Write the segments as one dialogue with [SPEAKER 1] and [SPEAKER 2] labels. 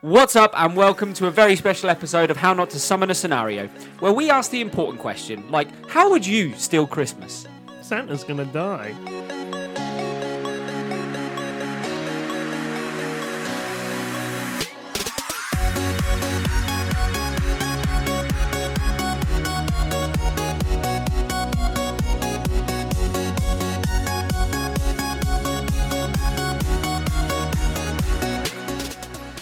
[SPEAKER 1] What's up, and welcome to a very special episode of How Not to Summon a Scenario, where we ask the important question like, how would you steal Christmas?
[SPEAKER 2] Santa's gonna die.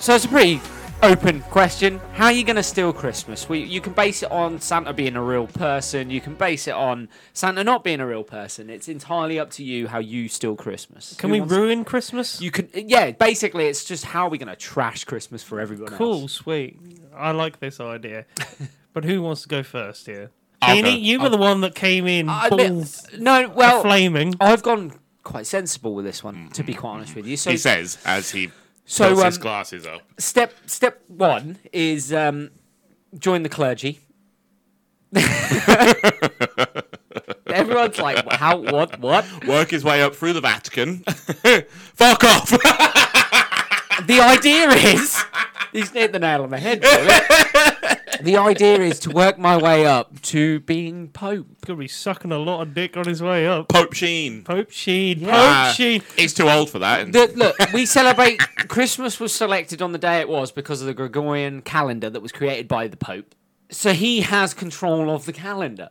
[SPEAKER 1] So it's a pretty open question. How are you going to steal Christmas? Well, you can base it on Santa being a real person, you can base it on Santa not being a real person. It's entirely up to you how you steal Christmas.
[SPEAKER 2] Can
[SPEAKER 1] Who
[SPEAKER 2] we
[SPEAKER 1] wants-
[SPEAKER 2] ruin Christmas?
[SPEAKER 1] You can, yeah. Basically, it's just how we're gonna trash Christmas for everyone
[SPEAKER 2] cool,
[SPEAKER 1] else.
[SPEAKER 2] sweet. I like this idea. but who wants to go first here?
[SPEAKER 3] I'll
[SPEAKER 2] Jeannie,
[SPEAKER 3] go.
[SPEAKER 2] you were the one that came in
[SPEAKER 1] I admit-
[SPEAKER 2] balls
[SPEAKER 1] no, well,
[SPEAKER 2] flaming.
[SPEAKER 1] I've gone quite sensible with this one, to be quite honest with you. So
[SPEAKER 3] He says as he
[SPEAKER 1] So,
[SPEAKER 3] tilts his
[SPEAKER 1] um,
[SPEAKER 3] glasses up.
[SPEAKER 1] step step one is um, join the clergy. Everyone's like, how, what, what?
[SPEAKER 3] Work his way up through the Vatican. Fuck off!
[SPEAKER 1] The idea is, he's hit the nail on the head. really. the idea is to work my way up to being pope.
[SPEAKER 2] Gonna be sucking a lot of dick on his way up.
[SPEAKER 3] Pope Sheen.
[SPEAKER 2] Pope Sheen.
[SPEAKER 3] Ah,
[SPEAKER 2] Pope Sheen.
[SPEAKER 3] he's too old for that. And
[SPEAKER 1] The, look, we celebrate Christmas was selected on the day it was because of the Gregorian calendar that was created by the Pope. So he has control of the calendar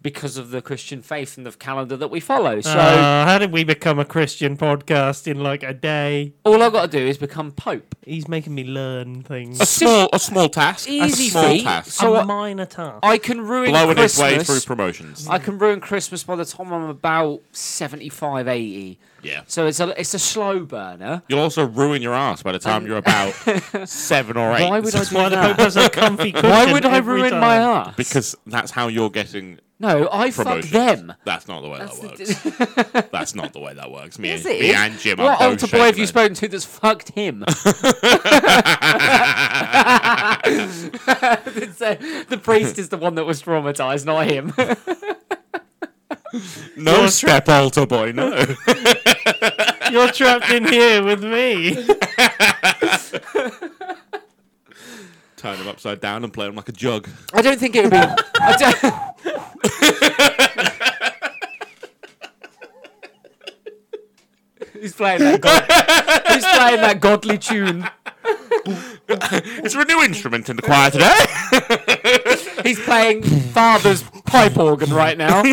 [SPEAKER 1] because of the Christian faith and the calendar that we follow. So
[SPEAKER 2] Uh, how did we become a Christian podcast in like a day?
[SPEAKER 1] all I've got to do is become Pope.
[SPEAKER 2] He's making me learn things.
[SPEAKER 3] a small, a small task.
[SPEAKER 1] Easy
[SPEAKER 3] a small
[SPEAKER 1] feat.
[SPEAKER 3] task.
[SPEAKER 1] so
[SPEAKER 2] a
[SPEAKER 1] I-
[SPEAKER 2] minor task.
[SPEAKER 1] I can ruin
[SPEAKER 3] Blowing his
[SPEAKER 1] Christmas.
[SPEAKER 3] way through promotions.
[SPEAKER 1] I can ruin Christmas by the time I'm about 75, 80.
[SPEAKER 3] Yeah.
[SPEAKER 1] So it's a it's a slow burner.
[SPEAKER 3] You'll also ruin your ass by the time you're about seven or eight.
[SPEAKER 1] Why would I
[SPEAKER 2] That's
[SPEAKER 1] do
[SPEAKER 2] why the Pope
[SPEAKER 1] that?
[SPEAKER 2] has a comfy cushion.
[SPEAKER 1] Why would I
[SPEAKER 2] every
[SPEAKER 1] ruin
[SPEAKER 2] time.
[SPEAKER 1] my ass?
[SPEAKER 3] Because that's how you're getting
[SPEAKER 1] no, I fuck
[SPEAKER 3] promotions.
[SPEAKER 1] them.
[SPEAKER 3] That's not the way that
[SPEAKER 1] That's
[SPEAKER 3] works. that's not the way that works. Me,
[SPEAKER 1] Yes,
[SPEAKER 3] and,
[SPEAKER 1] it
[SPEAKER 3] me
[SPEAKER 1] is.
[SPEAKER 3] and Jim
[SPEAKER 1] What
[SPEAKER 3] are
[SPEAKER 1] altar
[SPEAKER 3] both
[SPEAKER 1] boy have you spoken
[SPEAKER 3] shaking
[SPEAKER 1] to that's fucked him? It's, uh, the priest is the one that was traumatized, not him.
[SPEAKER 3] our- No step altar boy, no.
[SPEAKER 2] You're trapped in here with me.
[SPEAKER 3] Turn him upside down and play him like a jug.
[SPEAKER 1] I don't think it would be. I don't, Who's playing that? God, who's playing that godly tune?
[SPEAKER 3] Is there a new instrument in the choir today?
[SPEAKER 1] He's playing father's pipe organ right now.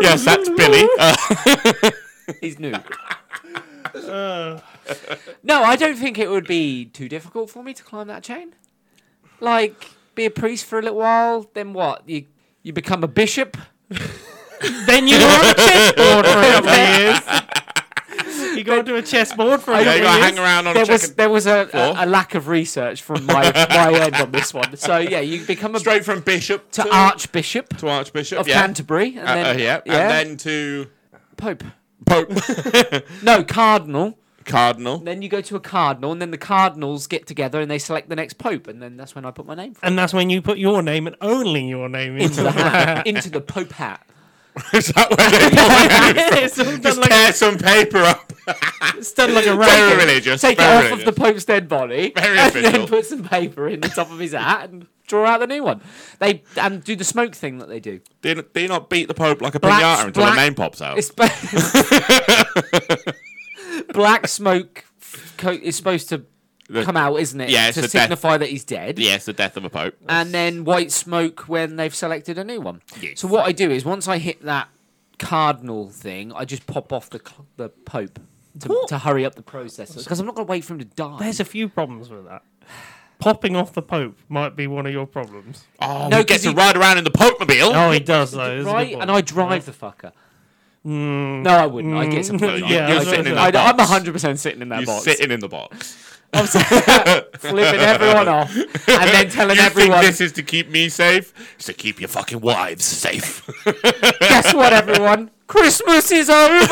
[SPEAKER 3] yes, that's Billy. Uh,
[SPEAKER 1] He's new.
[SPEAKER 2] Uh,
[SPEAKER 1] No, I don't think it would be too difficult for me to climb that chain. Like, be a priest for a little while, then what? You you become a bishop?
[SPEAKER 2] then you are a chessboard for a couple of years. You go to a chessboard for a
[SPEAKER 3] yeah,
[SPEAKER 2] couple
[SPEAKER 3] you
[SPEAKER 2] of
[SPEAKER 3] gotta
[SPEAKER 2] years.
[SPEAKER 3] hang around on a
[SPEAKER 1] There was
[SPEAKER 3] chicken-
[SPEAKER 1] there was a,
[SPEAKER 3] Floor?
[SPEAKER 1] a, a lack of research from my my end on this one. So yeah, you become a
[SPEAKER 3] straight from bishop to,
[SPEAKER 1] to archbishop
[SPEAKER 3] to archbishop
[SPEAKER 1] of
[SPEAKER 3] yeah.
[SPEAKER 1] Canterbury and
[SPEAKER 3] Uh,
[SPEAKER 1] then
[SPEAKER 3] uh, yeah. and then to
[SPEAKER 1] pope.
[SPEAKER 3] pope,
[SPEAKER 1] No, cardinal.
[SPEAKER 3] cardinal.
[SPEAKER 1] Then you go to a cardinal and then the cardinals get together and they select the next pope and then that's when I put my name
[SPEAKER 2] And that's when you put your name and only your name
[SPEAKER 1] into
[SPEAKER 2] into
[SPEAKER 1] the
[SPEAKER 2] that.
[SPEAKER 1] hat, into the pope hat.
[SPEAKER 3] Is that where they
[SPEAKER 2] it's all done
[SPEAKER 3] just
[SPEAKER 2] like,
[SPEAKER 3] tear some paper up?
[SPEAKER 2] it's done like a
[SPEAKER 3] Very
[SPEAKER 2] racket.
[SPEAKER 3] religious.
[SPEAKER 1] take it
[SPEAKER 3] very
[SPEAKER 1] off of
[SPEAKER 3] religious.
[SPEAKER 1] the Pope's dead body
[SPEAKER 3] Very
[SPEAKER 1] and then
[SPEAKER 3] official.
[SPEAKER 1] put some paper in the top of his hat and draw out the new one. They and do the smoke thing that they do.
[SPEAKER 3] Do you, do you not beat the Pope like a
[SPEAKER 1] Black-
[SPEAKER 3] pinata until
[SPEAKER 1] black-
[SPEAKER 3] the name pops out?
[SPEAKER 1] It's black smoke co- is supposed to
[SPEAKER 3] The-
[SPEAKER 1] come out, isn't it?
[SPEAKER 3] Yeah, it's
[SPEAKER 1] to
[SPEAKER 3] the death-
[SPEAKER 1] signify that he's dead.
[SPEAKER 3] Yes, the death of a Pope.
[SPEAKER 1] And then white smoke when they've selected a new one.
[SPEAKER 3] Yes.
[SPEAKER 1] So what I do is once I hit that cardinal thing, I just pop off the cl- the pope. To,
[SPEAKER 2] What?
[SPEAKER 1] to hurry up the process because I'm not going to wait for him to die.
[SPEAKER 2] There's a few problems with that. Popping off the Pope might be one of your problems.
[SPEAKER 3] oh,
[SPEAKER 1] No,
[SPEAKER 3] we get
[SPEAKER 1] 'cause
[SPEAKER 3] to
[SPEAKER 1] he-
[SPEAKER 3] ride around in the Pope mobile.
[SPEAKER 2] Oh, he does though. that's a good
[SPEAKER 1] right?
[SPEAKER 2] point.
[SPEAKER 1] And I drive the fucker. no, I wouldn't. I get some.
[SPEAKER 2] Mm.
[SPEAKER 1] I-
[SPEAKER 2] Yeah,
[SPEAKER 1] I,
[SPEAKER 2] I was
[SPEAKER 1] sitting
[SPEAKER 2] gonna
[SPEAKER 1] in
[SPEAKER 2] say.
[SPEAKER 1] that I, I'm 100 percent sitting in that
[SPEAKER 3] You're
[SPEAKER 1] box.
[SPEAKER 3] sitting in the box.
[SPEAKER 1] I'm flipping everyone off and then telling
[SPEAKER 3] you
[SPEAKER 1] everyone,
[SPEAKER 3] think this is to keep me safe? It's to keep your fucking wives safe.
[SPEAKER 1] "Guess what, everyone? Christmas is over."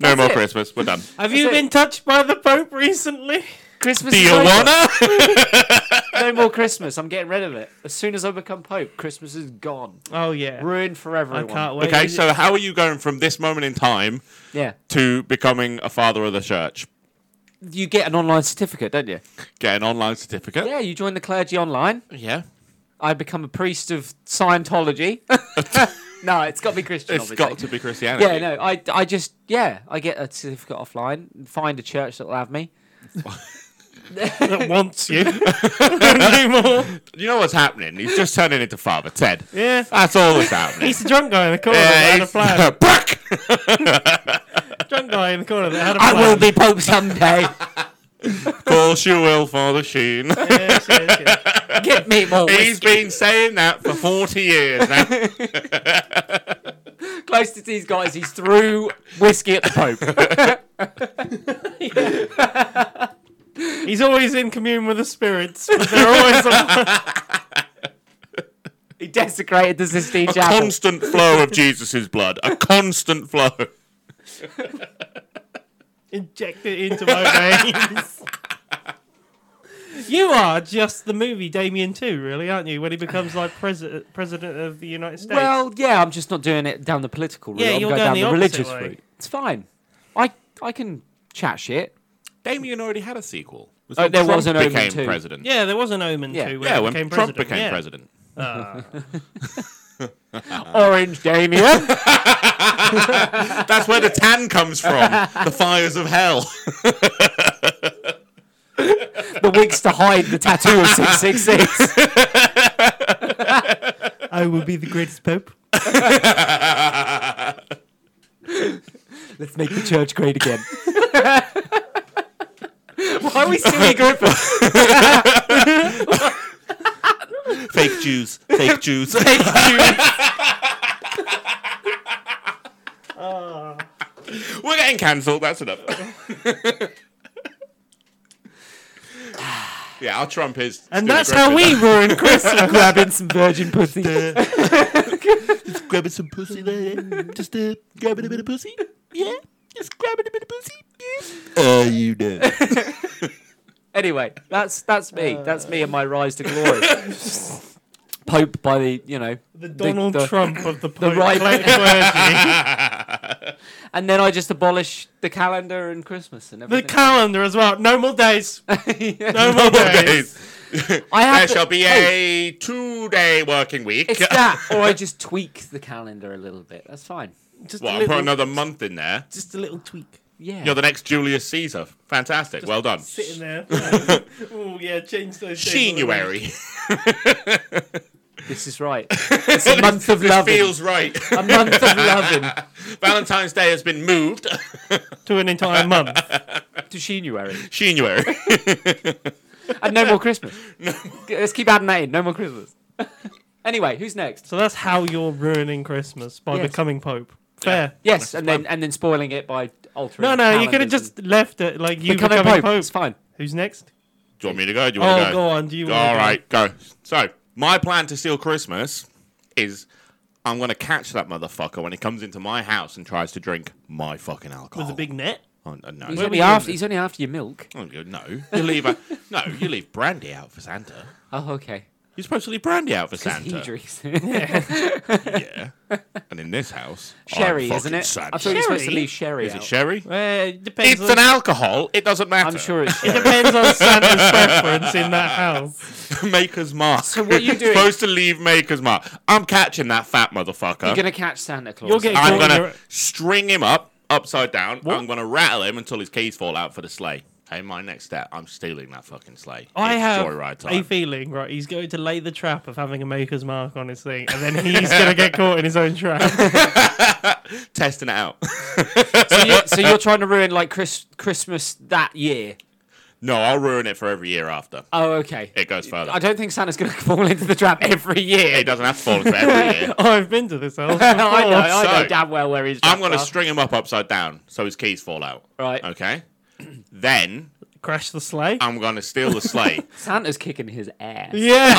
[SPEAKER 3] no more
[SPEAKER 1] it.
[SPEAKER 3] Christmas. We're done.
[SPEAKER 2] Have you
[SPEAKER 1] That's it.
[SPEAKER 2] been touched by the Pope recently?
[SPEAKER 1] Christmas
[SPEAKER 3] Do
[SPEAKER 1] is
[SPEAKER 3] you
[SPEAKER 1] over.
[SPEAKER 3] wanna?
[SPEAKER 1] No more Christmas. I'm getting rid of it. As soon as I become Pope, Christmas is gone,
[SPEAKER 2] Oh yeah.
[SPEAKER 1] ruined for
[SPEAKER 2] I
[SPEAKER 1] everyone.
[SPEAKER 2] can't wait.
[SPEAKER 3] okay, so how are you going from this moment in time
[SPEAKER 1] Yeah.
[SPEAKER 3] to becoming a father of the church?
[SPEAKER 1] you get an online certificate, don't you?
[SPEAKER 3] Get an online certificate.
[SPEAKER 1] Yeah, you join the clergy online.
[SPEAKER 3] Yeah.
[SPEAKER 1] I become a priest of Scientology. no, it's got to be Christian.
[SPEAKER 3] it's
[SPEAKER 1] obviously.
[SPEAKER 3] got to be Christianity.
[SPEAKER 1] Yeah, no, I, I just, yeah, I get a certificate offline, find a church that'll have me.
[SPEAKER 2] that wants you anymore.
[SPEAKER 3] You know what's happening? He's just turning into Father Ted.
[SPEAKER 2] Yeah.
[SPEAKER 3] That's all that's happening.
[SPEAKER 2] He's the drunk guy in the corner that had a
[SPEAKER 3] yeah,
[SPEAKER 2] plan.
[SPEAKER 3] he's- Brack!
[SPEAKER 2] drunk guy in the corner that had a
[SPEAKER 1] I
[SPEAKER 2] plan.
[SPEAKER 1] will be Pope someday.
[SPEAKER 3] of course you will, Father Sheen.
[SPEAKER 2] Yes, yes, yes.
[SPEAKER 1] Get me more
[SPEAKER 3] He's
[SPEAKER 1] whiskey.
[SPEAKER 3] been saying that for 40 years now.
[SPEAKER 1] Closest he's got is he's threw whiskey at the Pope.
[SPEAKER 2] He's always in commune with the spirits. But they're always on
[SPEAKER 1] he desecrated the Sistine
[SPEAKER 3] A
[SPEAKER 1] Chapel.
[SPEAKER 3] constant flow of Jesus' blood. A constant flow.
[SPEAKER 2] inject it into my veins. You are just the movie Damien too, really, aren't you? When he becomes like presi- president of the United States.
[SPEAKER 1] well, yeah, I'm just not doing it down the political route.
[SPEAKER 2] Yeah,
[SPEAKER 1] I'm
[SPEAKER 2] you're
[SPEAKER 1] going
[SPEAKER 2] going
[SPEAKER 1] down
[SPEAKER 2] the
[SPEAKER 1] the,
[SPEAKER 2] opposite
[SPEAKER 1] religious
[SPEAKER 2] way.
[SPEAKER 1] route. It's fine. I I can chat shit.
[SPEAKER 3] Damien already had a sequel. Was
[SPEAKER 1] Oh,
[SPEAKER 3] when
[SPEAKER 1] there
[SPEAKER 3] Trump
[SPEAKER 1] was an Omen
[SPEAKER 3] became
[SPEAKER 1] too.
[SPEAKER 3] president.
[SPEAKER 2] yeah, there was an omen
[SPEAKER 1] Yeah.
[SPEAKER 2] too.
[SPEAKER 3] Yeah,
[SPEAKER 2] he
[SPEAKER 3] when
[SPEAKER 2] became
[SPEAKER 3] Trump
[SPEAKER 2] president.
[SPEAKER 3] became
[SPEAKER 2] yeah.
[SPEAKER 3] president.
[SPEAKER 1] Orange Damien.
[SPEAKER 3] That's where the tan comes from. the fires of hell.
[SPEAKER 1] the wigs to hide the tattoo of 666.
[SPEAKER 2] I will be the greatest pope.
[SPEAKER 1] Let's make the church great again. Why are we silly Griffin?
[SPEAKER 3] Fake Jews. Fake Jews. We're getting cancelled. That's enough. yeah, our Trump is.
[SPEAKER 2] And that's how we ruin Christmas.
[SPEAKER 1] Grabbing some virgin pussy.
[SPEAKER 3] grabbing some pussy there. Just uh, grabbing a bit of pussy. Yeah, just grabbing a bit of pussy. Oh, you know.
[SPEAKER 1] Anyway, that's that's me.
[SPEAKER 2] Uh.
[SPEAKER 1] that's me and my rise to glory. Pope by the you know
[SPEAKER 2] the Donald
[SPEAKER 1] the-
[SPEAKER 2] Trump of the, the
[SPEAKER 1] right-
[SPEAKER 2] clergy.
[SPEAKER 1] and then I just abolish the calendar and Christmas and
[SPEAKER 2] the
[SPEAKER 1] everything.
[SPEAKER 2] calendar as well. No more days. No more days.
[SPEAKER 1] I
[SPEAKER 3] There
[SPEAKER 1] have to-
[SPEAKER 3] shall be
[SPEAKER 1] Oh,
[SPEAKER 3] a two-day working week.
[SPEAKER 1] It's that, or I just tweak the calendar a little bit. That's fine.
[SPEAKER 2] Just,
[SPEAKER 3] Well,
[SPEAKER 2] a
[SPEAKER 3] I put
[SPEAKER 2] little,
[SPEAKER 3] another month in there.
[SPEAKER 2] just a little tweak.
[SPEAKER 1] Yeah.
[SPEAKER 3] You're the next Julius Caesar. Fantastic. well done.
[SPEAKER 2] Sitting there. oh yeah, change those. days on the week.
[SPEAKER 3] January.
[SPEAKER 1] This is right. It's a month of loving.
[SPEAKER 3] Feels right.
[SPEAKER 1] A month of loving
[SPEAKER 3] Valentine's Day has been moved.
[SPEAKER 2] to an entire month.
[SPEAKER 1] to Sheenuary.
[SPEAKER 3] January.
[SPEAKER 1] And no more Christmas. Let's keep adding that in. No more Christmas. anyway, who's next?
[SPEAKER 2] So that's how you're ruining Christmas by
[SPEAKER 1] Yes.
[SPEAKER 2] becoming pope. Fair.
[SPEAKER 1] Yes, and then and then spoiling it by altering.
[SPEAKER 2] No, no, you could have
[SPEAKER 1] calendars
[SPEAKER 2] just left it like you
[SPEAKER 1] and
[SPEAKER 2] becoming,
[SPEAKER 1] becoming pope.
[SPEAKER 2] pope.
[SPEAKER 1] It's fine.
[SPEAKER 2] Who's next?
[SPEAKER 3] Do you want me to go? Do you want
[SPEAKER 2] Oh,
[SPEAKER 3] to
[SPEAKER 2] go
[SPEAKER 3] go?
[SPEAKER 2] on. Do you? wanna
[SPEAKER 3] All
[SPEAKER 2] go?
[SPEAKER 3] right, go. So, my plan to steal Christmas is I'm going to catch that motherfucker when he comes into my house and tries to drink my fucking alcohol.
[SPEAKER 2] With a big net.
[SPEAKER 3] Oh, uh, no.
[SPEAKER 1] He's
[SPEAKER 2] Where
[SPEAKER 1] only
[SPEAKER 2] we
[SPEAKER 1] after.
[SPEAKER 2] going?
[SPEAKER 1] He's only after your milk.
[SPEAKER 3] Oh, you- no, you leave a, no, you leave brandy out for Santa.
[SPEAKER 1] Oh, okay.
[SPEAKER 3] You're supposed to leave brandy out for
[SPEAKER 1] 'Cause He
[SPEAKER 3] Santa.
[SPEAKER 1] drinks.
[SPEAKER 3] Yeah. and in this house, I'm
[SPEAKER 1] sherry, isn't
[SPEAKER 3] fucking
[SPEAKER 1] it? I
[SPEAKER 3] Santa.
[SPEAKER 1] thought you were supposed to
[SPEAKER 2] Sherry?
[SPEAKER 1] leave sherry.
[SPEAKER 3] Is it
[SPEAKER 1] out.
[SPEAKER 3] sherry?
[SPEAKER 2] Uh, it depends.
[SPEAKER 3] It's
[SPEAKER 2] on,
[SPEAKER 3] an alcohol. It doesn't matter.
[SPEAKER 1] I'm sure it's
[SPEAKER 2] it
[SPEAKER 1] sherry.
[SPEAKER 2] depends on Santa's preference in that house.
[SPEAKER 3] Maker's mark.
[SPEAKER 1] So what are you doing?
[SPEAKER 3] supposed to leave Maker's mark. I'm catching that fat motherfucker.
[SPEAKER 1] You're gonna catch Santa Claus.
[SPEAKER 2] You're getting-
[SPEAKER 3] I'm
[SPEAKER 2] Gordon,
[SPEAKER 3] gonna
[SPEAKER 2] you're-
[SPEAKER 3] string him up upside down. I'm gonna rattle him until his keys fall out for the sleigh. Hey, my next step, I'm stealing that fucking sleigh.
[SPEAKER 2] I
[SPEAKER 3] It's
[SPEAKER 2] have
[SPEAKER 3] joyride
[SPEAKER 2] a
[SPEAKER 3] time.
[SPEAKER 2] feeling, right? He's going to lay the trap of having a maker's mark on his thing, and then he's going to get caught in his own trap.
[SPEAKER 3] testing it out.
[SPEAKER 1] so, you're, so you're trying to ruin like Chris, Christmas that year.
[SPEAKER 3] no, I'll ruin it for every year after.
[SPEAKER 1] Oh, okay.
[SPEAKER 3] It goes further.
[SPEAKER 1] I don't think Santa's gonna fall into the trap every year.
[SPEAKER 3] it doesn't have to fall into every year.
[SPEAKER 2] I've been to this house.
[SPEAKER 1] I know, I know
[SPEAKER 3] So-
[SPEAKER 1] damn well where he's.
[SPEAKER 3] I'm gonna
[SPEAKER 1] trapped are.
[SPEAKER 3] string him up upside down so his keys fall out.
[SPEAKER 1] Right.
[SPEAKER 3] Okay. Then
[SPEAKER 2] Crash the sleigh.
[SPEAKER 3] I'm gonna steal the sleigh.
[SPEAKER 1] Santa's kicking his ass.
[SPEAKER 2] Yeah,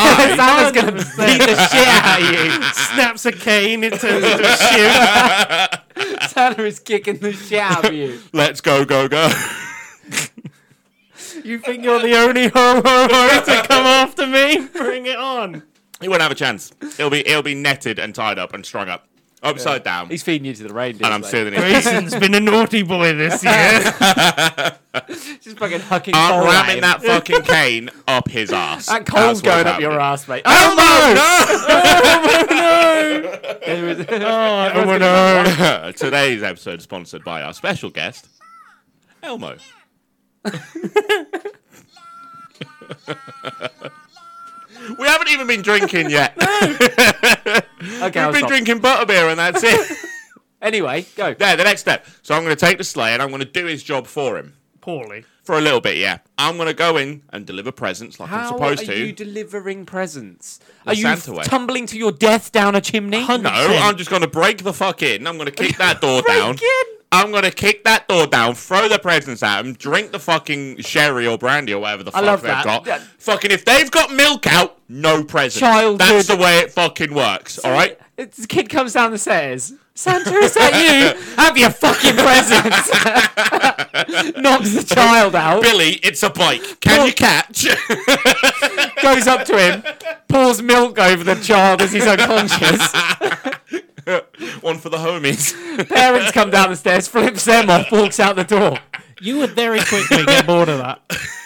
[SPEAKER 3] um,
[SPEAKER 1] Santa's gonna beat the shit out of you.
[SPEAKER 2] snaps a cane. It turns into a shoe.
[SPEAKER 1] Santa is kicking the shit out of you.
[SPEAKER 3] Let's go, go, go.
[SPEAKER 2] You think you're the only homo to come after me? Bring it on.
[SPEAKER 3] he won't have a chance. He'll be he'll be netted and tied up and strung up. upside down.
[SPEAKER 1] He's feeding you to the reindeer.
[SPEAKER 3] and I'm
[SPEAKER 1] mate.
[SPEAKER 3] soothing it.
[SPEAKER 2] Jason's been a naughty boy this year.
[SPEAKER 1] Just fucking hucking
[SPEAKER 3] I'm
[SPEAKER 1] coal
[SPEAKER 3] ramming
[SPEAKER 1] in.
[SPEAKER 3] that fucking cane up his ass.
[SPEAKER 1] That coal's
[SPEAKER 3] That's what's
[SPEAKER 1] going up your
[SPEAKER 3] happening.
[SPEAKER 1] ass, mate.
[SPEAKER 3] Oh no!
[SPEAKER 2] oh, no,
[SPEAKER 3] no! Today's episode is sponsored by our special guest, Elmo. we haven't even been drinking yet.
[SPEAKER 1] Okay, I'll
[SPEAKER 3] We've been
[SPEAKER 1] stop.
[SPEAKER 3] drinking butterbeer and that's it.
[SPEAKER 1] Anyway, go.
[SPEAKER 3] there, the next step. So I'm going to take the sleigh and I'm going to do his job for him.
[SPEAKER 2] Poorly.
[SPEAKER 3] For a little bit, yeah. I'm going to go in and deliver presents like I'm
[SPEAKER 1] How
[SPEAKER 3] supposed
[SPEAKER 1] are
[SPEAKER 3] to.
[SPEAKER 1] you delivering presents? Are you
[SPEAKER 3] Santa way.
[SPEAKER 1] tumbling to your death down a chimney?
[SPEAKER 3] No, I'm just gonna break the fuck in. I'm gonna kick that door
[SPEAKER 1] Break
[SPEAKER 3] down.
[SPEAKER 1] in?
[SPEAKER 3] I'm gonna kick that door down, throw the presents at them, drink the fucking sherry or brandy or whatever the fuck
[SPEAKER 1] love
[SPEAKER 3] they've
[SPEAKER 1] that.
[SPEAKER 3] got.
[SPEAKER 1] Yeah.
[SPEAKER 3] Fucking if they've got milk out, no presents.
[SPEAKER 1] Childhood.
[SPEAKER 3] That's the way it fucking works. All right.
[SPEAKER 1] It's, the kid comes down the stairs. Santa, is that you? Have your fucking presents. Knocks the child out.
[SPEAKER 3] Billy, it's a bike. Can you catch?
[SPEAKER 1] Goes up to him. Pours milk over the child as he's unconscious.
[SPEAKER 3] One for the homies.
[SPEAKER 1] Parents come down the stairs, flips them off, walks out the door.
[SPEAKER 2] You would very quickly get bored of that.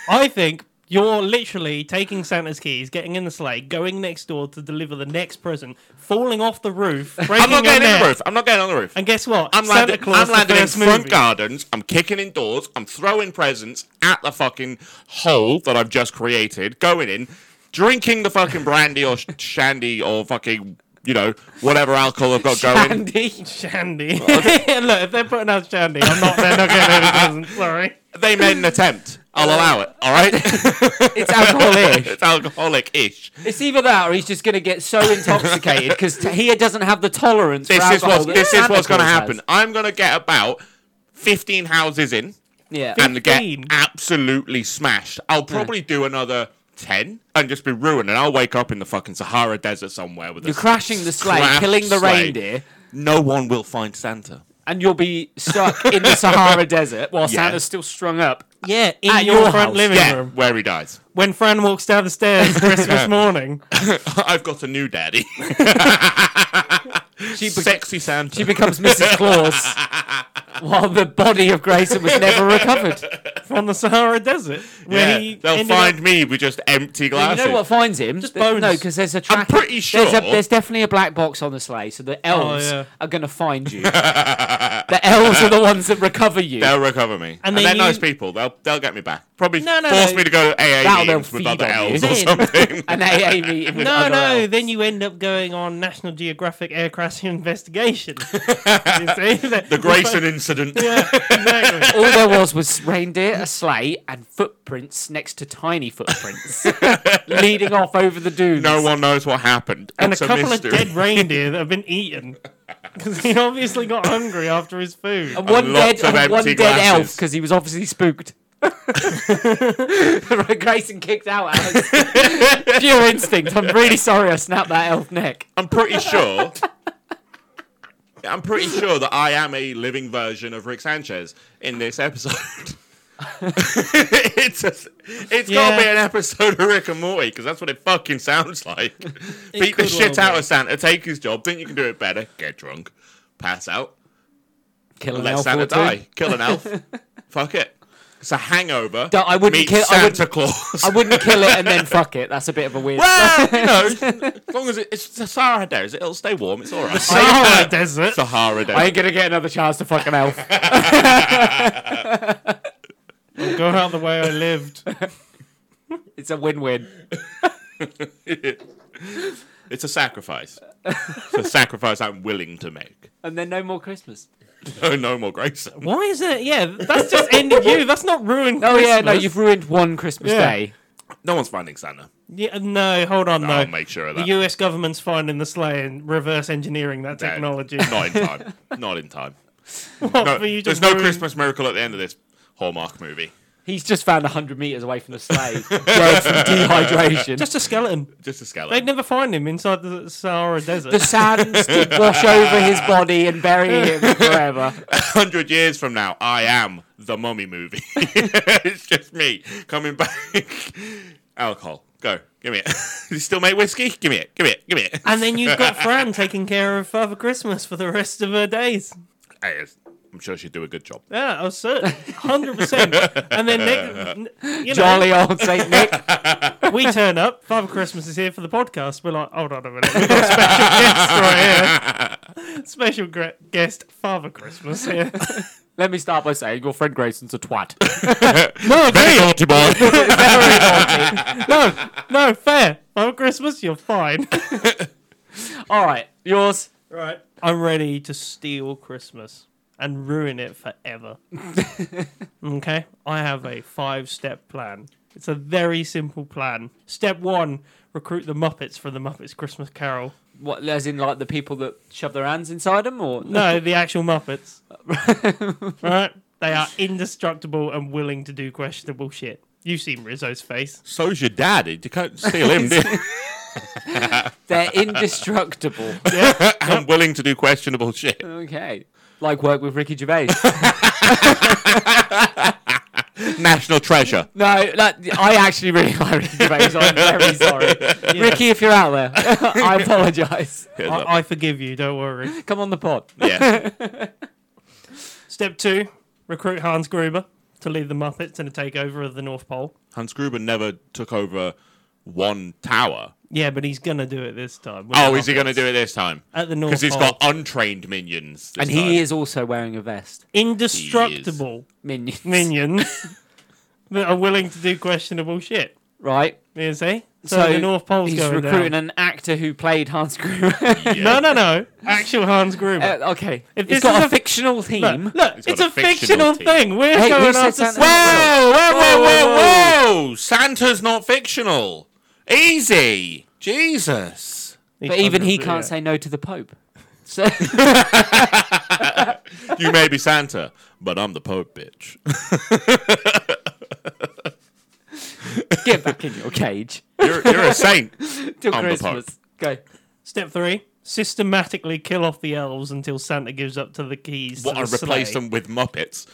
[SPEAKER 2] I think you're literally taking Santa's keys, getting in the sleigh, going next door to deliver the next present, falling off the roof, breaking
[SPEAKER 3] I'm
[SPEAKER 2] your
[SPEAKER 3] not getting on
[SPEAKER 2] neck,
[SPEAKER 3] the roof. I'm not getting on the roof.
[SPEAKER 2] and guess what?
[SPEAKER 3] I'm
[SPEAKER 2] Santa
[SPEAKER 3] landing,
[SPEAKER 2] Claus
[SPEAKER 3] I'm
[SPEAKER 2] the
[SPEAKER 3] landing in
[SPEAKER 2] first
[SPEAKER 3] front
[SPEAKER 2] movie.
[SPEAKER 3] gardens. I'm kicking in doors. I'm throwing presents at the fucking hole that I've just created. Going in, drinking the fucking brandy or sh- shandy or fucking you know whatever alcohol I've got going.
[SPEAKER 1] Andy.
[SPEAKER 2] Shandy. Look, if they're putting out Shandy, I'm not. They're not getting any presents. Sorry.
[SPEAKER 3] They made an attempt. I'll allow it. All right,
[SPEAKER 1] It's alcoholic.
[SPEAKER 3] it's alcoholic-ish.
[SPEAKER 1] It's either that or he's just going to get so intoxicated because t- he doesn't have the tolerance. for
[SPEAKER 3] This is
[SPEAKER 1] alcohol
[SPEAKER 3] what
[SPEAKER 1] that
[SPEAKER 3] this is
[SPEAKER 1] Santa
[SPEAKER 3] what's going to
[SPEAKER 1] Claus has.
[SPEAKER 3] happen. I'm going to get about 15 houses in.
[SPEAKER 1] Yeah.
[SPEAKER 3] and get
[SPEAKER 2] 15.
[SPEAKER 3] absolutely smashed. I'll probably do another 10 and just be ruined, and I'll wake up in the fucking Sahara Desert somewhere with
[SPEAKER 1] You're
[SPEAKER 3] a
[SPEAKER 1] crashing the sleigh,
[SPEAKER 3] crap
[SPEAKER 1] killing the
[SPEAKER 3] sleigh.
[SPEAKER 1] reindeer,
[SPEAKER 3] No one will find Santa.
[SPEAKER 1] and you'll be stuck in the Sahara Desert while
[SPEAKER 3] Yeah.
[SPEAKER 1] Santa's still strung up.
[SPEAKER 2] Yeah, in
[SPEAKER 1] At
[SPEAKER 2] your,
[SPEAKER 1] your
[SPEAKER 2] front
[SPEAKER 1] house.
[SPEAKER 2] living
[SPEAKER 3] Yeah,
[SPEAKER 2] room.
[SPEAKER 3] where he dies.
[SPEAKER 2] When Fran walks down the stairs Christmas morning,
[SPEAKER 3] I've got a new daddy.
[SPEAKER 1] She, be-
[SPEAKER 3] Sexy Santa.
[SPEAKER 1] she becomes Mrs. Claus while the body of Grayson was never recovered.
[SPEAKER 2] from the Sahara Desert, where
[SPEAKER 3] Yeah,
[SPEAKER 2] he
[SPEAKER 3] They'll
[SPEAKER 2] ended
[SPEAKER 3] find
[SPEAKER 2] up-
[SPEAKER 3] me with just empty
[SPEAKER 1] You
[SPEAKER 3] glasses.
[SPEAKER 1] know what finds him? Just
[SPEAKER 2] bones.
[SPEAKER 1] No, because there's a track.
[SPEAKER 3] pretty
[SPEAKER 1] There's, a,
[SPEAKER 3] sure-
[SPEAKER 1] there's definitely a black box on the sleigh, so the elves
[SPEAKER 2] yeah.
[SPEAKER 1] are going to find you. the elves are Oh, the ones that recover you.
[SPEAKER 3] They'll recover me. And,
[SPEAKER 2] then
[SPEAKER 3] they're
[SPEAKER 2] you-
[SPEAKER 3] nice people. They'll they'll get me back. Probably
[SPEAKER 2] No, no,
[SPEAKER 3] force
[SPEAKER 2] no.
[SPEAKER 3] me to go to AA
[SPEAKER 1] That'll then
[SPEAKER 3] meetings with
[SPEAKER 1] feed
[SPEAKER 3] other
[SPEAKER 1] on you.
[SPEAKER 3] elves or
[SPEAKER 2] Then-
[SPEAKER 3] something.
[SPEAKER 1] An AA meeting with
[SPEAKER 2] No,
[SPEAKER 1] other
[SPEAKER 2] no.
[SPEAKER 1] elves.
[SPEAKER 2] Then you end up going on National Geographic air crash investigation. you see?
[SPEAKER 3] the Grayson incident.
[SPEAKER 2] exactly.
[SPEAKER 1] All there was was reindeer, a sleigh, and footprints next to tiny footprints leading off over the dunes.
[SPEAKER 3] No one knows what happened.
[SPEAKER 2] and a
[SPEAKER 3] It's
[SPEAKER 2] couple of
[SPEAKER 3] mystery.
[SPEAKER 2] dead reindeer that have been eaten because he obviously got hungry after his food. Oh,
[SPEAKER 1] And one dead,
[SPEAKER 3] lots of
[SPEAKER 1] and one
[SPEAKER 3] empty
[SPEAKER 1] dead elf
[SPEAKER 3] glasses.
[SPEAKER 1] because he was obviously spooked. Grayson kicked out. Alex. Pure instinct. I'm really sorry I snapped that elf neck.
[SPEAKER 3] I'm pretty sure. I'm pretty sure that I am a living version of Rick Sanchez in this episode. it's a, it's got
[SPEAKER 2] Yeah.
[SPEAKER 3] to be an episode of Rick and Morty because that's what it fucking sounds like. Beat the
[SPEAKER 2] could
[SPEAKER 3] shit
[SPEAKER 2] well
[SPEAKER 3] out
[SPEAKER 2] be.
[SPEAKER 3] of Santa, take his job, think you can do it better, get drunk, pass out,
[SPEAKER 1] Kill an
[SPEAKER 3] let
[SPEAKER 1] elf
[SPEAKER 3] Santa
[SPEAKER 1] or two.
[SPEAKER 3] die, kill an elf. Fuck it. It's a hangover.
[SPEAKER 1] Don't- I wouldn't
[SPEAKER 3] meets
[SPEAKER 1] kill- I
[SPEAKER 3] Santa
[SPEAKER 1] wouldn't-
[SPEAKER 3] Claus.
[SPEAKER 1] I wouldn't kill it and then fuck it. That's a bit of a weird.
[SPEAKER 3] well, you know, as long as it, it's the Sahara Desert, it'll stay warm. It's all right.
[SPEAKER 2] Sahara Desert.
[SPEAKER 3] Sahara Desert.
[SPEAKER 1] I ain't gonna get another chance to fuck an elf.
[SPEAKER 2] Go out the way I lived.
[SPEAKER 1] It's a win-win.
[SPEAKER 3] It's a sacrifice. it's a sacrifice I'm willing to make.
[SPEAKER 1] And then no more Christmas.
[SPEAKER 3] No, no more Grayson.
[SPEAKER 2] Why is it? Yeah, that's just ended you. That's not ruined.
[SPEAKER 1] Oh yeah, no,
[SPEAKER 2] Christmas.
[SPEAKER 1] you've ruined one Christmas
[SPEAKER 2] Yeah.
[SPEAKER 1] day.
[SPEAKER 3] No one's finding Santa.
[SPEAKER 2] Yeah, no, hold on though.
[SPEAKER 3] I'll make sure of
[SPEAKER 2] The
[SPEAKER 3] that.
[SPEAKER 2] U.S. government's finding the sleigh and reverse engineering that
[SPEAKER 3] No,
[SPEAKER 2] technology.
[SPEAKER 3] Not in time. Not in time.
[SPEAKER 2] What,
[SPEAKER 3] No,
[SPEAKER 2] for you to
[SPEAKER 3] there's no
[SPEAKER 2] ruin-
[SPEAKER 3] Christmas miracle at the end of this Hallmark movie.
[SPEAKER 1] He's just found 100 meters away from the sleigh, dead from dehydration.
[SPEAKER 2] Just a skeleton.
[SPEAKER 3] Just a
[SPEAKER 2] They'd
[SPEAKER 3] skeleton.
[SPEAKER 2] never find him inside the Sahara Desert.
[SPEAKER 1] the sands did wash over his body and bury him forever.
[SPEAKER 3] Hundred years from now, I am the mummy movie. it's just me coming back. Alcohol. Go. Give me it. Does he still make whiskey? Give me it. Give me it. Give me it.
[SPEAKER 2] And then you've got Fran taking care of Father Christmas for the rest of her days.
[SPEAKER 3] Hey, I'm sure she'd do a good job.
[SPEAKER 2] Yeah, I was certain, hundred percent. And then Nick, n- you know,
[SPEAKER 1] Jolly old Saint Nick.
[SPEAKER 2] we turn up. Father Christmas is here for the podcast. We're like, hold on a minute, we've got a special guest right here. Special gra- guest, Father Christmas here.
[SPEAKER 1] Let me start by saying your friend Grayson's a twat.
[SPEAKER 2] no,
[SPEAKER 3] Very naughty boy.
[SPEAKER 2] no, no, fair. Father Christmas, you're fine.
[SPEAKER 1] All right, yours.
[SPEAKER 2] Right, I'm ready to steal Christmas and ruin it forever. okay, I have a five-step plan. It's a very simple plan. Step one: recruit the Muppets for the Muppets Christmas Carol.
[SPEAKER 1] What, as in like the people that shove their hands inside them, or
[SPEAKER 2] No, the actual Muppets. right? They are indestructible and willing to do questionable shit. You've seen Rizzo's face.
[SPEAKER 3] So's your daddy. You can't steal him. do you?
[SPEAKER 1] they're indestructible.
[SPEAKER 3] I'm willing to do questionable shit.
[SPEAKER 1] okay, like work with Ricky Gervais.
[SPEAKER 3] National treasure.
[SPEAKER 1] no, that, I actually really like Ricky Gervais. I'm very sorry, Ricky, if you're out there. I apologise.
[SPEAKER 3] Here's up.
[SPEAKER 2] I, I forgive you, don't worry.
[SPEAKER 1] Come on the pod.
[SPEAKER 3] Yeah.
[SPEAKER 2] Step two recruit Hans Gruber to lead the Muppets in a takeover of the North Pole.
[SPEAKER 3] Hans Gruber never took over one tower.
[SPEAKER 2] Yeah, but he's going to do it this time. with
[SPEAKER 3] Oh,
[SPEAKER 2] the
[SPEAKER 3] is he
[SPEAKER 2] Muppets
[SPEAKER 3] going to do it this time?
[SPEAKER 2] At the North
[SPEAKER 3] Because he's
[SPEAKER 2] Pole.
[SPEAKER 3] got untrained minions.
[SPEAKER 1] And he is also wearing a vest.
[SPEAKER 2] indestructible
[SPEAKER 1] Minions.
[SPEAKER 2] minions that are willing to do questionable shit.
[SPEAKER 1] Right.
[SPEAKER 2] You see? So, the North Pole's
[SPEAKER 1] he's
[SPEAKER 2] going
[SPEAKER 1] recruiting
[SPEAKER 2] down.
[SPEAKER 1] an actor who played Hans Gruber.
[SPEAKER 2] No, no, no. Actual Hans Gruber.
[SPEAKER 1] Uh, okay,
[SPEAKER 2] If
[SPEAKER 1] it's
[SPEAKER 2] this
[SPEAKER 1] got
[SPEAKER 2] is
[SPEAKER 1] a,
[SPEAKER 2] a-
[SPEAKER 1] fictional theme.
[SPEAKER 2] Look, look,
[SPEAKER 3] He's
[SPEAKER 2] it's,
[SPEAKER 3] got
[SPEAKER 2] a,
[SPEAKER 3] a fictional
[SPEAKER 2] fictional
[SPEAKER 3] team.
[SPEAKER 2] thing. We're
[SPEAKER 1] Hey, who
[SPEAKER 2] going
[SPEAKER 1] said
[SPEAKER 2] after
[SPEAKER 1] that?
[SPEAKER 2] some-
[SPEAKER 3] Whoa, whoa, whoa,
[SPEAKER 1] whoa,
[SPEAKER 3] whoa, whoa! Santa's not fictional. Easy. Jesus.
[SPEAKER 1] but even he
[SPEAKER 2] Yeah.
[SPEAKER 1] can't say no to the Pope. So
[SPEAKER 3] You may be Santa, but I'm the Pope, bitch.
[SPEAKER 1] get back in your cage
[SPEAKER 3] You're, you're a saint.
[SPEAKER 1] till
[SPEAKER 3] I'm the
[SPEAKER 1] Christmas. Go.
[SPEAKER 2] Step three: systematically kill off the elves until Santa gives up to the keys.
[SPEAKER 3] What,
[SPEAKER 2] to
[SPEAKER 3] I
[SPEAKER 2] the
[SPEAKER 3] replaced
[SPEAKER 2] sleigh.
[SPEAKER 3] them with Muppets.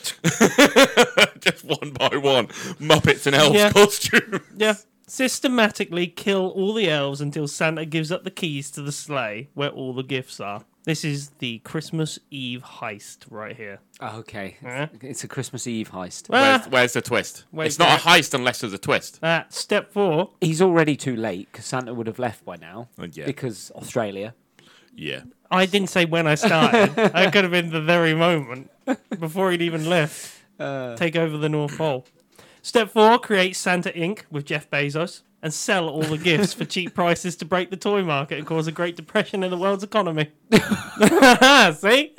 [SPEAKER 3] Just one by one. Muppets and elves
[SPEAKER 2] Yeah.
[SPEAKER 3] costume.
[SPEAKER 2] Yeah. Systematically kill all the elves until Santa gives up the keys to the sleigh where all the gifts are. This is the Christmas Eve heist right here.
[SPEAKER 1] Oh, okay,
[SPEAKER 2] Huh?
[SPEAKER 1] it's a Christmas Eve heist.
[SPEAKER 2] Ah.
[SPEAKER 3] Where's, where's the twist?
[SPEAKER 2] Wait,
[SPEAKER 3] it's not a
[SPEAKER 2] what?
[SPEAKER 3] heist unless there's a twist.
[SPEAKER 2] Uh, step four.
[SPEAKER 1] He's already too late because Santa would have left by now
[SPEAKER 3] Oh, yeah.
[SPEAKER 1] because Australia.
[SPEAKER 3] Yeah.
[SPEAKER 2] I didn't say when I started. that could have been the very moment before he'd even left. Take over the North Pole. Step four: create Santa Inc. with Jeff Bezos and sell all the gifts for cheap prices to break the toy market and cause a great depression in the world's economy. See,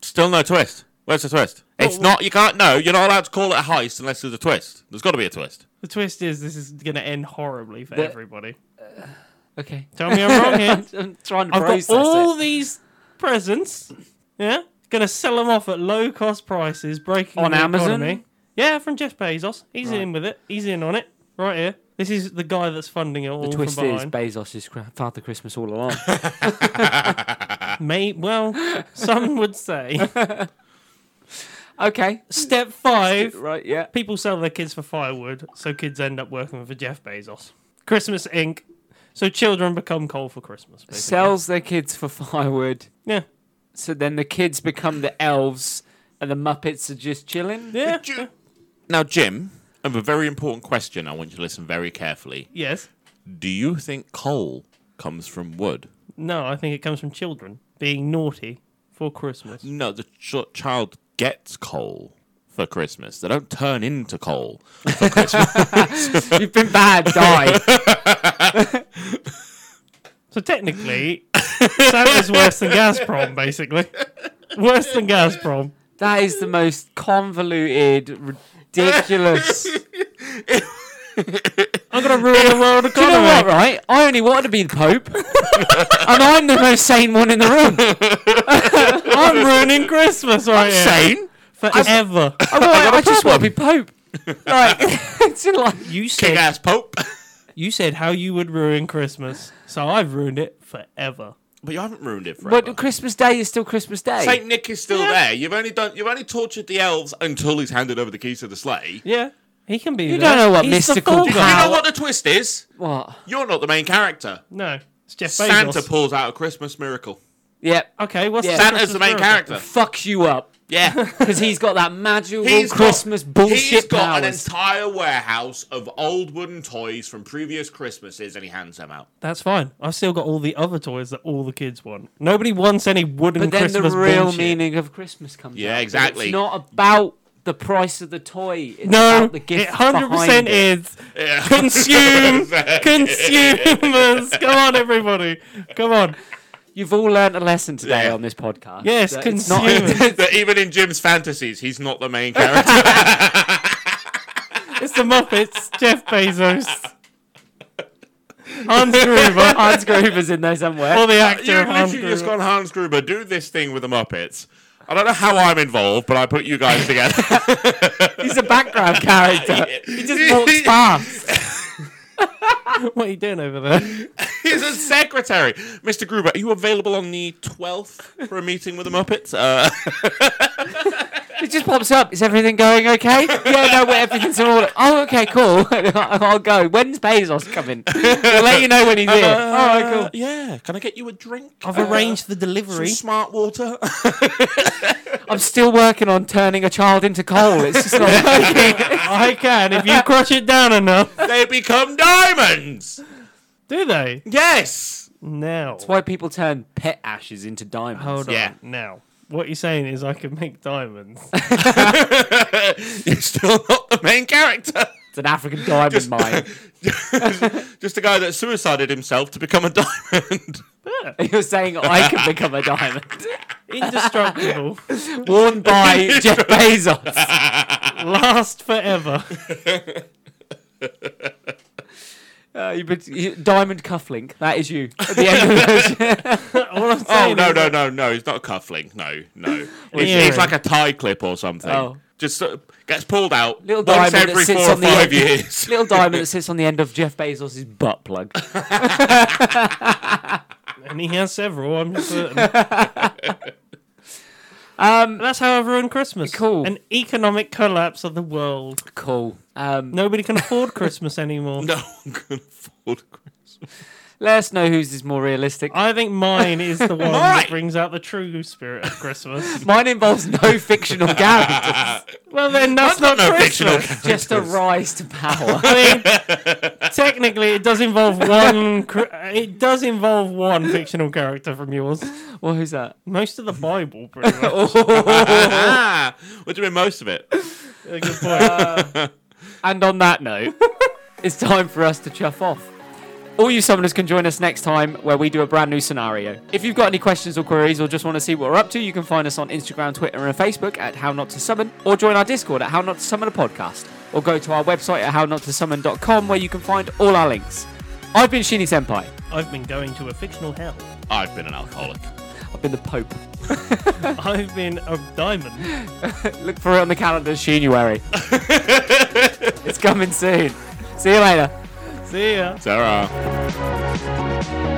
[SPEAKER 3] Still no twist. Where's the twist? It's not. You can't. No, you're not allowed to call it a heist unless there's a twist. There's got to be a twist.
[SPEAKER 2] the twist is this is going to end horribly for
[SPEAKER 1] The-
[SPEAKER 2] everybody.
[SPEAKER 1] Okay,
[SPEAKER 2] Tell me I'm wrong here.
[SPEAKER 1] I'm trying to
[SPEAKER 2] I've
[SPEAKER 1] process
[SPEAKER 2] got all
[SPEAKER 1] it.
[SPEAKER 2] these presents. Yeah, gonna sell them off at low cost prices, breaking
[SPEAKER 1] On
[SPEAKER 2] the
[SPEAKER 1] Amazon?
[SPEAKER 2] Economy. Yeah, from Jeff Bezos. He's in with it. He's in on it. Right here. This is the guy that's funding it all
[SPEAKER 1] The twist
[SPEAKER 2] from
[SPEAKER 1] is
[SPEAKER 2] behind.
[SPEAKER 1] Bezos is cra- Father Christmas all along.
[SPEAKER 2] May well, some would say.
[SPEAKER 1] okay,
[SPEAKER 2] Step five:
[SPEAKER 1] right, yeah.
[SPEAKER 2] people sell their kids for firewood, so kids end up working for Jeff Bezos. Christmas Inc. So children become coal for Christmas. Basically.
[SPEAKER 1] Sells their kids for firewood.
[SPEAKER 2] Yeah.
[SPEAKER 1] So then the kids become the elves, and the Muppets are just chilling.
[SPEAKER 2] Yeah.
[SPEAKER 3] Ju- Now, Jim, I have a very important question. I want you to listen very carefully.
[SPEAKER 2] Yes.
[SPEAKER 3] Do you think coal comes from wood?
[SPEAKER 2] No, I think it comes from children being naughty for Christmas.
[SPEAKER 3] No, the ch- child gets coal for Christmas. They don't turn into coal.
[SPEAKER 1] You've been bad, die.
[SPEAKER 2] So technically, Santa's worse than Gazprom, basically. Worse than Gazprom.
[SPEAKER 1] That is the most convoluted, ridiculous. Do
[SPEAKER 2] I'm gonna ruin the world
[SPEAKER 1] you
[SPEAKER 2] economy.
[SPEAKER 1] know what, right? I only wanted to be the Pope, and I'm the most sane one in the room.
[SPEAKER 2] I'm ruining Christmas right here
[SPEAKER 3] Sane?
[SPEAKER 2] forever.
[SPEAKER 1] I, want- I just want to be Pope. Like, it's in like
[SPEAKER 2] you
[SPEAKER 3] Big
[SPEAKER 2] said
[SPEAKER 3] ass Pope.
[SPEAKER 2] you said how you would ruin Christmas, so I've ruined it forever.
[SPEAKER 3] but you haven't ruined it forever.
[SPEAKER 1] but Christmas Day is still Christmas Day.
[SPEAKER 3] Saint Nick is still there. You've only done. You've only tortured the elves until he's handed over the keys to the sleigh.
[SPEAKER 2] Yeah, He can be.
[SPEAKER 1] You
[SPEAKER 2] there.
[SPEAKER 1] don't know what
[SPEAKER 2] He's the
[SPEAKER 1] mystical
[SPEAKER 2] fall guy.
[SPEAKER 1] power-
[SPEAKER 3] You know what the twist is?
[SPEAKER 1] What?
[SPEAKER 3] You're not the main character.
[SPEAKER 2] No, it's Jeff Bezos.
[SPEAKER 3] Santa pulls out a Christmas miracle.
[SPEAKER 1] Yep.
[SPEAKER 2] Okay, what's
[SPEAKER 1] Yeah.
[SPEAKER 3] Santa's the main
[SPEAKER 2] miracle?
[SPEAKER 3] character.
[SPEAKER 1] Fucks you up
[SPEAKER 3] Yeah.
[SPEAKER 1] because he's got that magical
[SPEAKER 3] He's got-
[SPEAKER 1] Christmas bullshit
[SPEAKER 3] He's got an
[SPEAKER 1] powers.
[SPEAKER 3] entire warehouse of old wooden toys from previous Christmases, and he hands them out.
[SPEAKER 2] That's fine. I've still got all the other toys that all the kids want. Nobody wants any wooden
[SPEAKER 1] but then
[SPEAKER 2] Christmas
[SPEAKER 1] the real
[SPEAKER 2] bullshit.
[SPEAKER 1] meaning of Christmas comes.
[SPEAKER 3] Yeah,
[SPEAKER 1] out.
[SPEAKER 3] exactly.
[SPEAKER 1] It's not about the price of the toy. It's
[SPEAKER 2] No,
[SPEAKER 1] about the
[SPEAKER 2] it
[SPEAKER 1] gift.
[SPEAKER 2] hundred percent
[SPEAKER 1] behind it.
[SPEAKER 2] is consume consumers. Come on, everybody, come on.
[SPEAKER 1] You've all learnt a lesson today
[SPEAKER 3] Yeah.
[SPEAKER 1] on this podcast.
[SPEAKER 2] Yes,
[SPEAKER 1] that it's not-
[SPEAKER 2] consumers.
[SPEAKER 3] that even in Jim's fantasies, he's not the main character.
[SPEAKER 2] It's the Muppets, Jeff Bezos, Hans Gruber,
[SPEAKER 1] Hans Gruber's in there somewhere.
[SPEAKER 2] or the actor
[SPEAKER 3] You've
[SPEAKER 2] of Hans
[SPEAKER 3] literally
[SPEAKER 2] Gruber.
[SPEAKER 3] just gone, Hans Gruber, do this thing with the Muppets. I don't know how I'm involved, but I put you guys together.
[SPEAKER 1] He's a background character. He just walks past.
[SPEAKER 2] What are you doing over there?
[SPEAKER 3] He's a secretary. Mr. Gruber, are you available on the 12th for a meeting with the Muppets? Uh,
[SPEAKER 1] He just pops up. Is everything going okay? Yeah, no, we're- everything's in order. Oh, okay, cool. I'll go. When's Bezos coming? We'll let you know when he's here. All right, cool.
[SPEAKER 3] yeah, can I get you a drink?
[SPEAKER 2] I've
[SPEAKER 3] Uh,
[SPEAKER 2] arranged the
[SPEAKER 3] some
[SPEAKER 2] delivery.
[SPEAKER 3] smart water.
[SPEAKER 1] I'm still working on turning a child into coal. It's just not working.
[SPEAKER 2] I can if you crush it down enough.
[SPEAKER 3] they become diamonds.
[SPEAKER 2] Do they?
[SPEAKER 3] Yes.
[SPEAKER 2] Now.
[SPEAKER 1] Why people turn pet ashes into diamonds.
[SPEAKER 2] Hold on.
[SPEAKER 3] Yeah.
[SPEAKER 2] Now. What you're saying is I can make diamonds.
[SPEAKER 3] You're still not the main character.
[SPEAKER 1] It's an African diamond mine.
[SPEAKER 3] Just a guy that suicided himself to become a diamond.
[SPEAKER 1] You're saying I can become a diamond.
[SPEAKER 2] Indestructible.
[SPEAKER 1] Worn by Jeff Bezos.
[SPEAKER 2] last forever.
[SPEAKER 1] Uh, you, bet- you- diamond cufflink. That is you. At the end of the
[SPEAKER 2] All I'm
[SPEAKER 3] Oh
[SPEAKER 2] saying
[SPEAKER 3] no
[SPEAKER 2] is-
[SPEAKER 3] no no no! He's not a cufflink. No no. It's,
[SPEAKER 2] Earring.
[SPEAKER 3] it's like a tie clip or something.
[SPEAKER 1] Oh.
[SPEAKER 3] Just sort of gets pulled out
[SPEAKER 1] Little
[SPEAKER 3] once
[SPEAKER 1] diamond that
[SPEAKER 3] every
[SPEAKER 1] sits
[SPEAKER 3] four or
[SPEAKER 1] on the
[SPEAKER 3] five
[SPEAKER 1] end.
[SPEAKER 3] years.
[SPEAKER 1] little diamond that sits on the end of Jeff Bezos' butt plug.
[SPEAKER 2] and he has several. I'm certain. um, that's how I've ruined Christmas.
[SPEAKER 1] Cool.
[SPEAKER 2] An economic collapse of the world.
[SPEAKER 1] Cool. Um,
[SPEAKER 2] Nobody can afford Christmas anymore.
[SPEAKER 3] no one can afford.
[SPEAKER 1] Let us know whose is more realistic.
[SPEAKER 2] I think mine is the one
[SPEAKER 3] Mine!
[SPEAKER 2] that brings out the true spirit of Christmas.
[SPEAKER 1] Mine involves no fictional characters.
[SPEAKER 2] well, then that's
[SPEAKER 3] Not
[SPEAKER 2] not
[SPEAKER 3] no fictional.
[SPEAKER 2] Christmas.
[SPEAKER 3] character.
[SPEAKER 1] Just a rise to power.
[SPEAKER 2] I mean, technically, it does involve one. cr- It does involve one fictional character from yours.
[SPEAKER 1] well, who's that? Oh,
[SPEAKER 2] Most of the Bible, pretty much.
[SPEAKER 3] Ah, we're doing most of it.
[SPEAKER 2] A good point.
[SPEAKER 1] And on that note, it's time for us to chuff off. All you summoners can join us next time where we do a brand new scenario. If you've got any questions or queries or just want to see what we're up to, you can find us on Instagram, Twitter, and Facebook at How Not to Summon, or join our Discord at How Not to Summon a Podcast, or go to our website at HowNotToSummon.com where you can find all our links. I've been Shinny Senpai.
[SPEAKER 2] I've been going to a fictional hell.
[SPEAKER 3] I've been an alcoholic.
[SPEAKER 1] I've been the Pope.
[SPEAKER 2] I've been a diamond.
[SPEAKER 1] Look for it on the calendar, Shinuary. it's coming soon. See you later.
[SPEAKER 2] See ya.
[SPEAKER 3] Sarah.